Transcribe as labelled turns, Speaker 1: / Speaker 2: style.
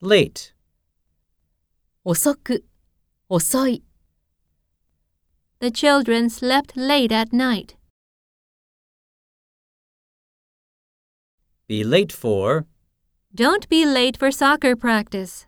Speaker 1: late,
Speaker 2: 遅く、遅い。The children slept late at night.
Speaker 1: be late for,
Speaker 2: Don't be late for soccer practice.